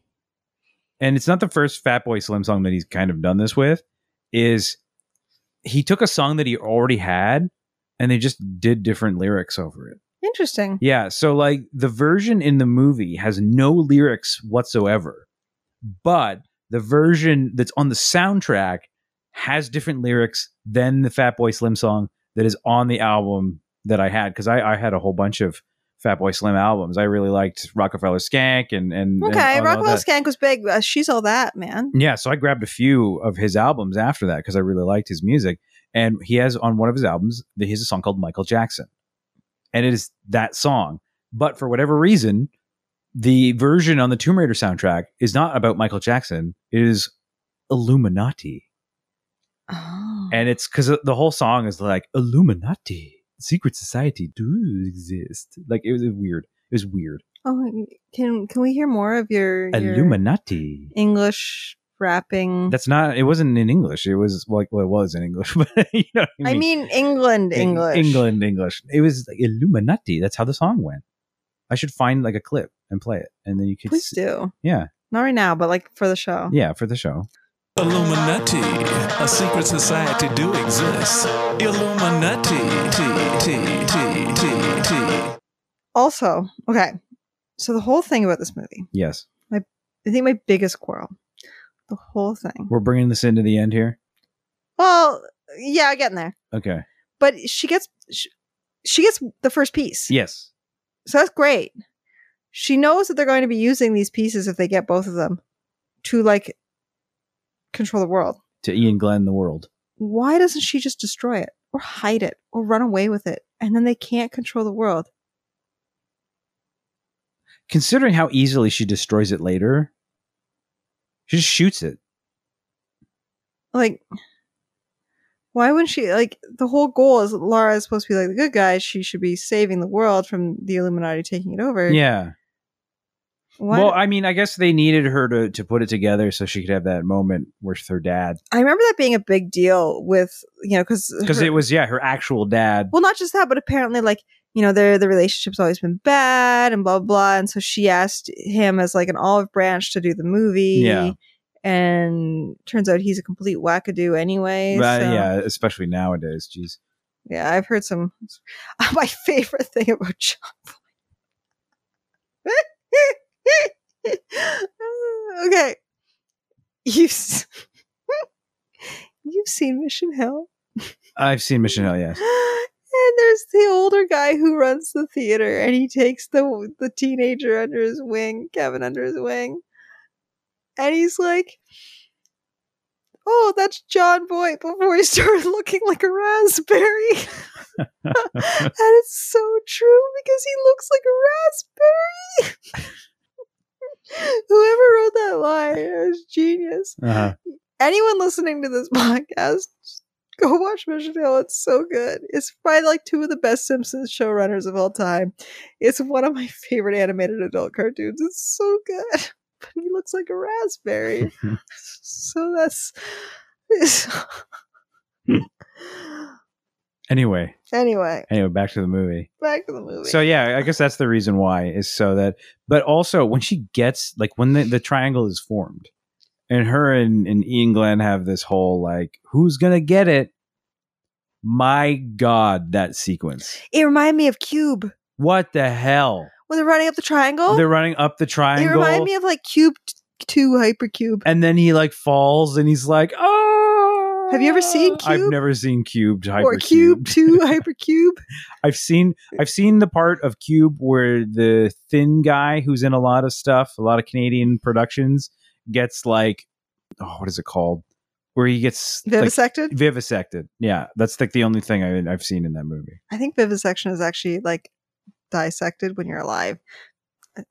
and it's not the first Fat Boy Slim song that he's kind of done this with, is he took a song that he already had and they just did different lyrics over it.
Interesting.
Yeah. So, like, the version in the movie has no lyrics whatsoever, but the version that's on the soundtrack has different lyrics than the Fatboy Slim song that is on the album that I had. Cause I, I had a whole bunch of Fatboy Slim albums. I really liked Rockefeller Skank and, and, and
Okay,
all
Rockwell
that. Mm.
Skank was big. Uh, she's all that, man.
Yeah, so I grabbed a few of his albums after that because I really liked his music. And he has on one of his albums, he has a song called Michael Jackson. And it is that song. But for whatever reason, the version on the Tomb Raider soundtrack is not about Michael Jackson. It is Illuminati.
Oh.
And it's because the whole song is like Illuminati, secret society do exist. Like it was weird. It was weird.
oh, can can we hear more of your, your
Illuminati.
English rapping?
That's not. It wasn't in English. It was like well, it was in English, but you know what I mean.
I mean, England,
Eng-
English.
England, English. It was like Illuminati. That's how the song went. I should find like a clip and play it, and then you could.
Please
s-
do.
Yeah,
Not right now, but like for the show.
yeah, for the show.
Illuminati, a secret society do exist. Illuminati, T, T, T, T, T.
Also, okay. So the whole thing about this movie,
Yes,
I think my biggest quarrel, the whole thing.
we're bringing this into the end here.
Well, yeah, getting there.
Okay.
But she gets she, she gets the first piece.
Yes.
So that's great. She knows that they're going to be using these pieces if they get both of them to like control the world.
To Ian Glenn, the world.
Why doesn't she just destroy it or hide it or run away with it? And then they can't control the world.
Considering how easily she destroys it later, she just shoots it.
Like, why wouldn't she? Like, the whole goal is Lara is supposed to be like the good guy. She should be saving the world from the Illuminati taking it over.
Yeah.
Why
Well, I mean, I guess they needed her to to put it together so she could have that moment with her dad
I remember that being a big deal with you know because
because it was yeah her actual dad.
well not just that but apparently like you know their the relationship's always been bad and blah blah, blah. and so she asked him as like an olive branch to do the movie
Yeah.
and turns out he's a complete wackadoo anyway
But,
so-
Yeah, especially nowadays. Jeez.
yeah I've heard some my favorite thing about John Boyd. okay you s- you've seen Mission Hill
I've seen Mission Hill. Yes.
And there's the older guy who runs the theater, and he takes the the teenager under his wing, Kevin under his wing, and he's like, "Oh, that's John Boyd before he started looking like a raspberry." and it's so true because he looks like a raspberry. Whoever wrote that line is genius
Uh-huh.
anyone listening to this podcast, go watch Mission Hill. It's so good. It's probably like two of the best Simpsons showrunners of all time. It's one of my favorite animated adult cartoons. It's so good. But he looks like a raspberry. so that's.
Hmm. Anyway,
anyway,
anyway, back to the movie.
back to the movie.
So yeah, I guess that's the reason why is so that. But also, when she gets like when the, the triangle is formed, and her and and Ian Glenn have this whole like who's gonna get it. My God, that sequence!
it reminded me of Cube
What the hell?
when they're running up the triangle.
They're running up the
it
triangle,
reminded Oh, me of like Cube t- 2 Hypercube.
and then he like falls, and he's like, "Oh!"
Have you ever seen
I've
Cube?
never seen cubed hypercubed.
Or Cube 2 Hypercube.
I've seen I've seen the part of Cube where the thin guy who's in a lot of stuff, a lot of Canadian productions, gets like oh, what is it called? Where he gets like,
Vivisected?
vivisected. Yeah, that's like the only thing I, I've seen in that movie.
I think vivisection is actually like dissected when you're alive.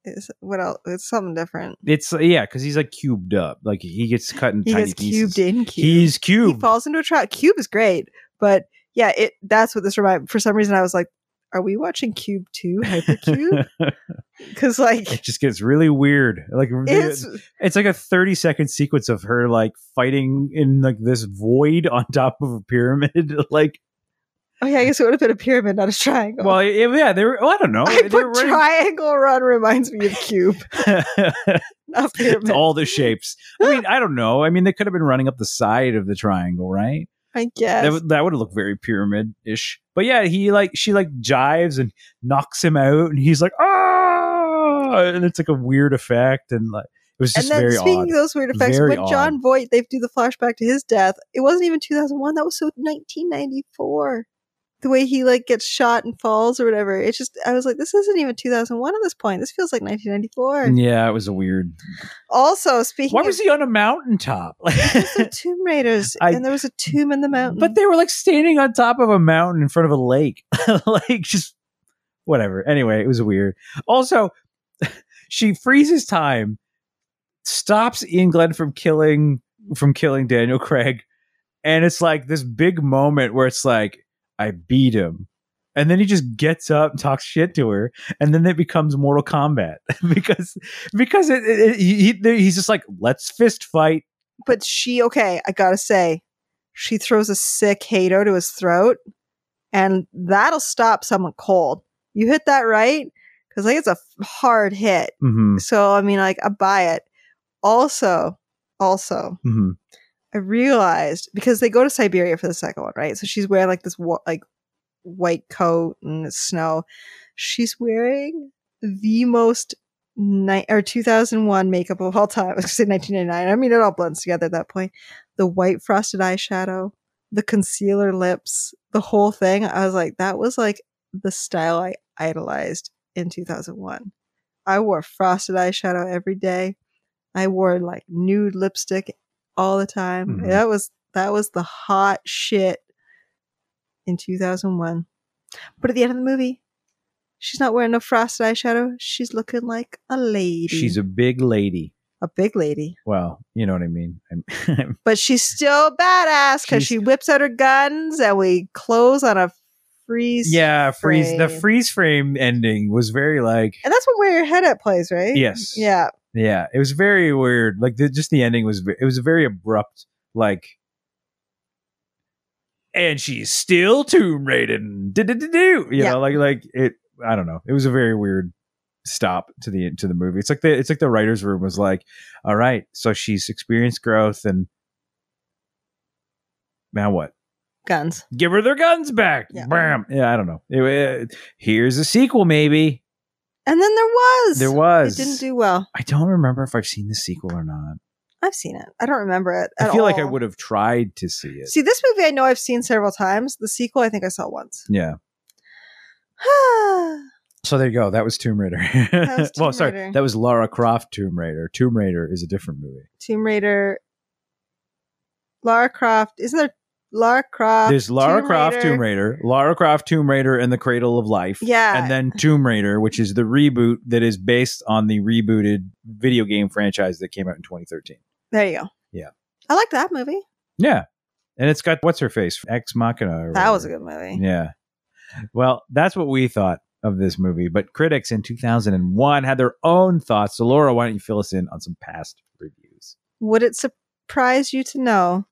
Is what else? It's something different.
It's yeah, because he's like cubed up. Like he gets cut in
He
tiny
gets
pieces.
cubed in cube.
He's
he
cubed.
falls into a trap. Cube is great, but yeah, it that's what this reminded. For some reason, I was like, are we watching Cube 2 Hypercube? Because, like,
It just gets really weird. Like
it's,
it's, like a 30 second sequence of her like fighting in like this void on top of a pyramid. like
oh, yeah, I guess it would have been a pyramid, not a triangle.
well it- yeah, they were well, I don't know.
I
They
put
were running-
triangle run reminds me of cube, not
It's
pyramid.
all the shapes. I mean, I don't know. I mean, they could have been running up the side of the triangle, right?
I guess.
That would that would look very pyramid ish. But yeah, he like she like jives and knocks him out, and he's like ah, and it's like a weird effect, and like it was
and
just
then
very
speaking
odd.
of those weird effects,
Very
when John
odd.
Voight they do the flashback to his death, it wasn't even 2001. That was so 1994. The way he like gets shot and falls or whatever. It's just I was like, this isn't even 2001 at this point. This feels like 1994.
yeah, it was a weird.
Also, speaking
Why
of
was he on a mountaintop?
the Tomb Raiders,
I-
and there was a tomb in the mountain.
but they were like standing on top of a mountain in front of a lake like just whatever anyway it was weird also she freezes time stops ian glenn from killing from killing daniel craig and it's like this big moment where it's like i beat him and then he just gets up and talks shit to her and then it becomes mortal kombat because because it, it, it- he, he- he's just like let's fist fight
but she okay i gotta say she throws a sick hato to his throat and that'll stop someone cold you hit that right because like it's a f- hard hit
mm-hmm,
so i mean like i buy it also also
mm-hmm.
i realized because they go to siberia for the second one right so she's wearing like this wa- like white coat and it's snow she's wearing the most ni- or 2001 makeup of all time. I was gonna say 1999. I mean, it all blends together at that point. The white frosted eyeshadow, the concealer lips, the whole thing. I was like, that was like the style I idolized in 2001. I wore frosted eyeshadow every day. I wore like nude lipstick all the time.
Mhm.
That was that was the hot shit in 2001. But at the end of the movie, She's not wearing no frosted eyeshadow. She's looking like a lady.
she's a big lady
a big lady.
Well, you know what I mean. I'm,
But she's still badass
She's-
because she whips out her guns and we close on a freeze.
yeah, freeze. The
frame.
freeze frame ending was very like,
And that's what Where Your Head At plays, right?
yes,
Yeah.
yeah. It was very weird. Like the, just the ending was, ve- it was very abrupt. Like, and she's still tomb raiding. Do do do do. You
Yeah.
know, like like it. I don't know. It was a very weird stop to the to the movie. It's like the it's like the writers' room was like, all right, so she's experienced growth and now what?
Guns.
give her their guns back.
Yeah.
Bam. Yeah, I don't know. It- it- here's a sequel, maybe.
And then there was.
There was.
It didn't do well.
I don't remember if I've seen the sequel or not.
I've seen it. I don't remember it.
I
at
feel like I
all.
would have tried to see it.
See, this movie I know I've seen several times. The sequel I think I saw once.
yeah. So there you go. That was Tomb Raider.
was Tomb
well, sorry,
Raider.
that was Lara Croft Tomb Raider. Tomb Raider is a different movie.
Tomb Raider. Lara Croft. Isn't there Lara Croft?
There's Lara Croft
Uh, Raider.
Tomb Raider, Lara Croft Tomb Raider, and the Cradle of Life.
Yeah.
and then Tomb Raider, which is the reboot that is based on the rebooted video game franchise that came out in 2013.
There you go.
Yeah.
I like that movie.
Yeah. And it's got what's her face? Ex Machina. or
That was a
whatever.
good movie.
Yeah. Well, that's what we thought of this movie, but critics in 2001 had their own thoughts. So, Laura, why don't you fill us in on some past reviews?
Would it surprise you to know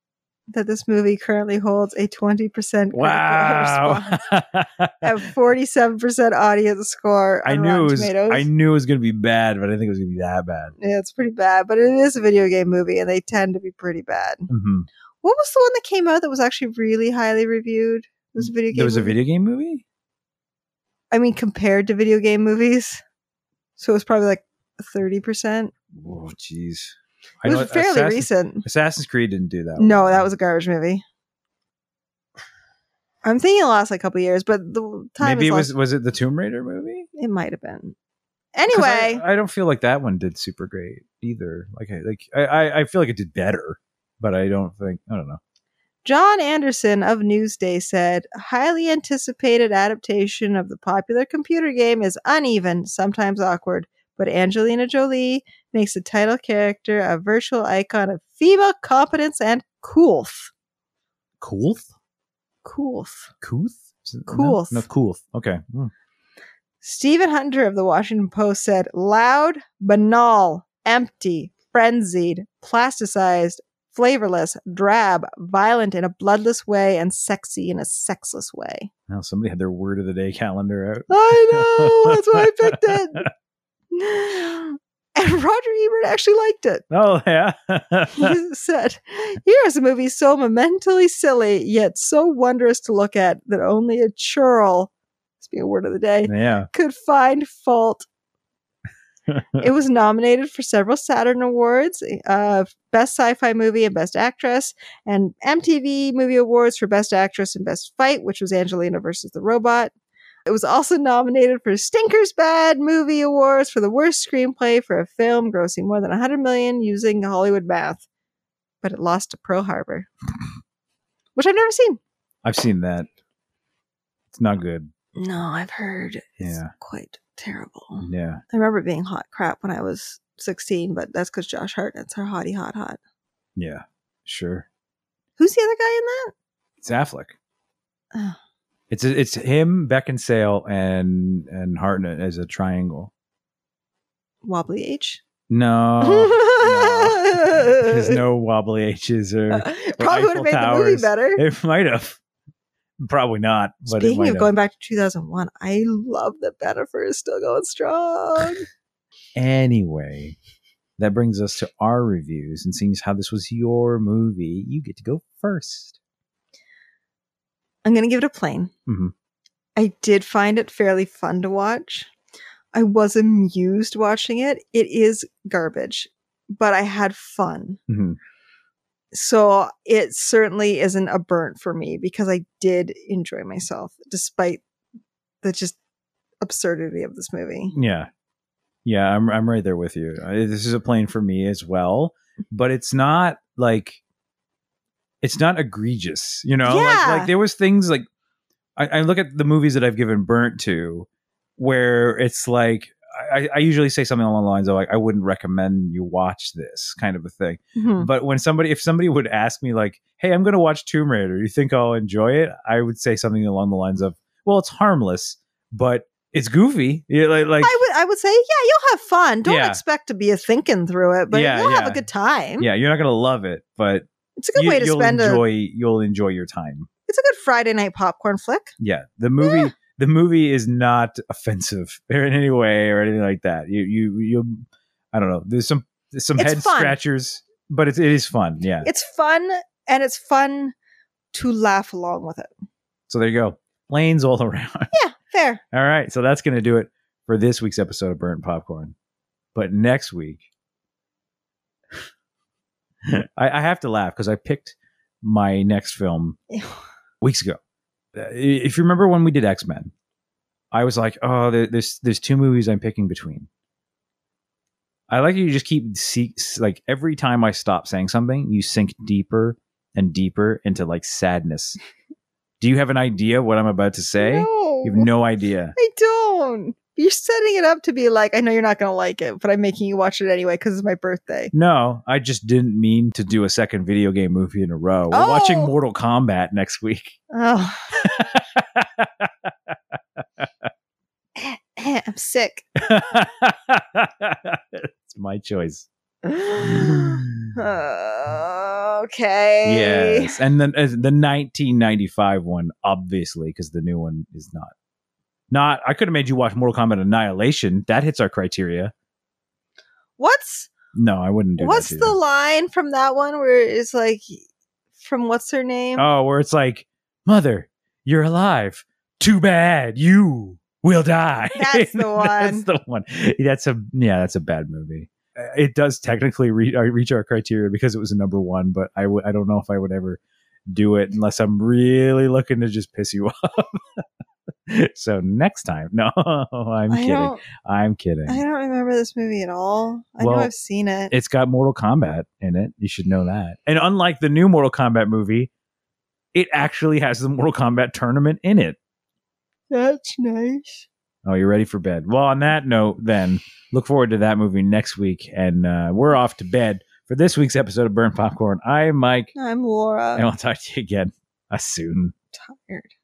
that this movie currently holds a 20% critical
Wow.
response and 47% audience score on
I knew
Rotten
it was.
Tomatoes?
I knew it was going to be bad, but I think it was going to be that bad.
yeah, it's pretty bad, but it is a video game movie and they tend to be pretty bad.
Mhm.
What was the one that came out that was actually really highly reviewed? It was a video game.
There was a
movie.
video game movie.
I mean, compared to video game movies. So it was probably like 30%.
Oh, jeez. I
It
know
was fairly
Assassin-
recent.
Assassin's Creed didn't do that.
No,
well.
that was a garbage movie. I'm thinking it lost like a couple years, but the time
maybe
is
it was.
lost-
Was it the Tomb Raider movie?
It might have been.
'Cause I-
Anyway,
I, don't feel like that one did super great either. Like, I, like I, I- I feel like it did better, but I don't think I don't know.
John Anderson of Newsday said, "Highly anticipated adaptation of the popular computer game is uneven, sometimes awkward, but Angelina Jolie makes the title character a virtual icon of female competence and coolth.
Coolth,
Coolth.
Cooth. Is it- no?
Coolth.
No, cool. Okay. Hmm.
Stephen Hunter of the Washington Post said, loud, banal, empty, frenzied, plasticized, flavorless, drab, violent in a bloodless way, and sexy in a sexless way.
Now somebody had their word of the day calendar out.
I know! That's why I picked it! And Roger Ebert actually liked it.
Oh yeah.
He said, Here is a movie so monumentally silly, yet so wondrous to look at that only a churl, must be a word of the day,
yeah.
could find fault. it was nominated for several Saturn Awards, uh, Best Sci-Fi Movie and Best Actress, and MTV Movie Awards for Best Actress and Best Fight, which was Angelina versus the Robot. It was also nominated for Stinker's Bad Movie Awards for the worst screenplay for a film grossing more than 100 million using Hollywood math, but it lost to Pearl Harbor, which I've never seen.
I've seen that. It's not good.
No, I've heard it's
Yeah.
quite terrible.
Yeah.
I remember it being hot crap when I was 16, but that's because Josh Hartnett's our hottie hot hot.
Yeah. Sure.
Who's the other guy in that?
It's Affleck.
Oh.
It's it's him, Beckinsale, and and Hartnett as a triangle.
Wobbly H.
No, no. there's Oh, no wobbly H's or
Probably would
Eiffel
have made the
Towers.
movie better.
it might have. Probably not. But it
Speaking
might
of
have.
going back to 2001, I love that Bannifer is still going strong.
anyway, that brings us to our reviews and seeing as how this was your movie, you get to go first.
I'm going to give it a plane.
Mhm.
I did find it fairly fun to watch. I was amused watching it. It is garbage, but I had fun.
Mhm.
so it certainly isn't a burnt for me because I did enjoy myself despite the just absurdity of this movie.
Yeah. Yeah, I'm I'm right there with you. I- This is a plane for me as well, but it's not like it's not egregious, you know? Like,
Yeah.
like there was things like I, I look at the movies that I've given burnt to where it's like I, I usually say something along the lines of like I wouldn't recommend you watch this kind of a thing.
Mm-hmm. Hmm.
But when somebody if somebody would ask me like, hey, I'm gonna watch Tomb Raider, you think I'll enjoy it? I would say something along the lines of, Well, it's harmless, but it's goofy. Yeah, like, like
I would I would say, yeah, you'll have fun. Don't
Yeah.
expect to be a thinking through it, but
Yeah,
you'll have
yeah.
a good time.
Yeah, you're not gonna love it, but
It's a good
you,
way to
will
spend
enjoy
a
you'll enjoy your time.
it's a good Friday night popcorn flick.
Yeah, the movie
Yeah.
the movie is not offensive or in any way or anything like that. You you you, I don't know. There's some there's some
It's
head
fun.
scratchers, but it's it is fun. Yeah.
It's fun and it's fun to laugh along with it.
so there you go. Lanes all around.
Yeah, fair.
All right, so that's gonna do it for this week's episode of Burnt Popcorn. But next week, I, I have to laugh because I picked my next film weeks ago. Uh, If you remember when we did X Men, I was like, "Oh, there, there's there's two movies I'm picking between." I like you just keep see, like every time I stop saying something, you sink deeper and deeper into like sadness. Do you have an idea what I'm about to say?
No,
You have no idea.
I don't. You're setting it up to be like, I know you're not going to like it, but I'm making you watch it anyway because it's my birthday.
No, I just didn't mean to do a second video game movie in a row. We're
Oh.
watching Mortal Kombat next week.
Oh. I'm sick.
it's my choice.
okay.
Yes, and then uh, the 1995 one, obviously, because the new one is not. Not, I could have made you watch Mortal Kombat Annihilation. That hits our criteria.
What's
No, I wouldn't do
what's
that. to
the
you.
line from that one where it's like from what's her name?
Oh, where it's like, Mother, you're alive. Too bad you will die.
That's the
that's
one.
the one. That's a yeah. That's a bad movie. Uh, It does technically re- uh, reach our criteria because it was a number one, but I w- I don't know if I would ever do it unless I'm really looking to just piss you off. so next time, no, I'm
I
kidding.
don't
I'm kidding.
I don't remember this movie at all. I
Well,
know I've seen it.
It's got Mortal Kombat in it. You should know that. And unlike the new Mortal Kombat movie, it actually has the Mortal Kombat tournament in it.
That's nice.
Oh, you're ready for bed. Well, on that note, then look forward to that movie next week, and uh, we're off to bed for this week's episode of Burn Popcorn. I'm Mike,
I'm Laura.
and I'll talk to you again uh, soon.
I'm tired.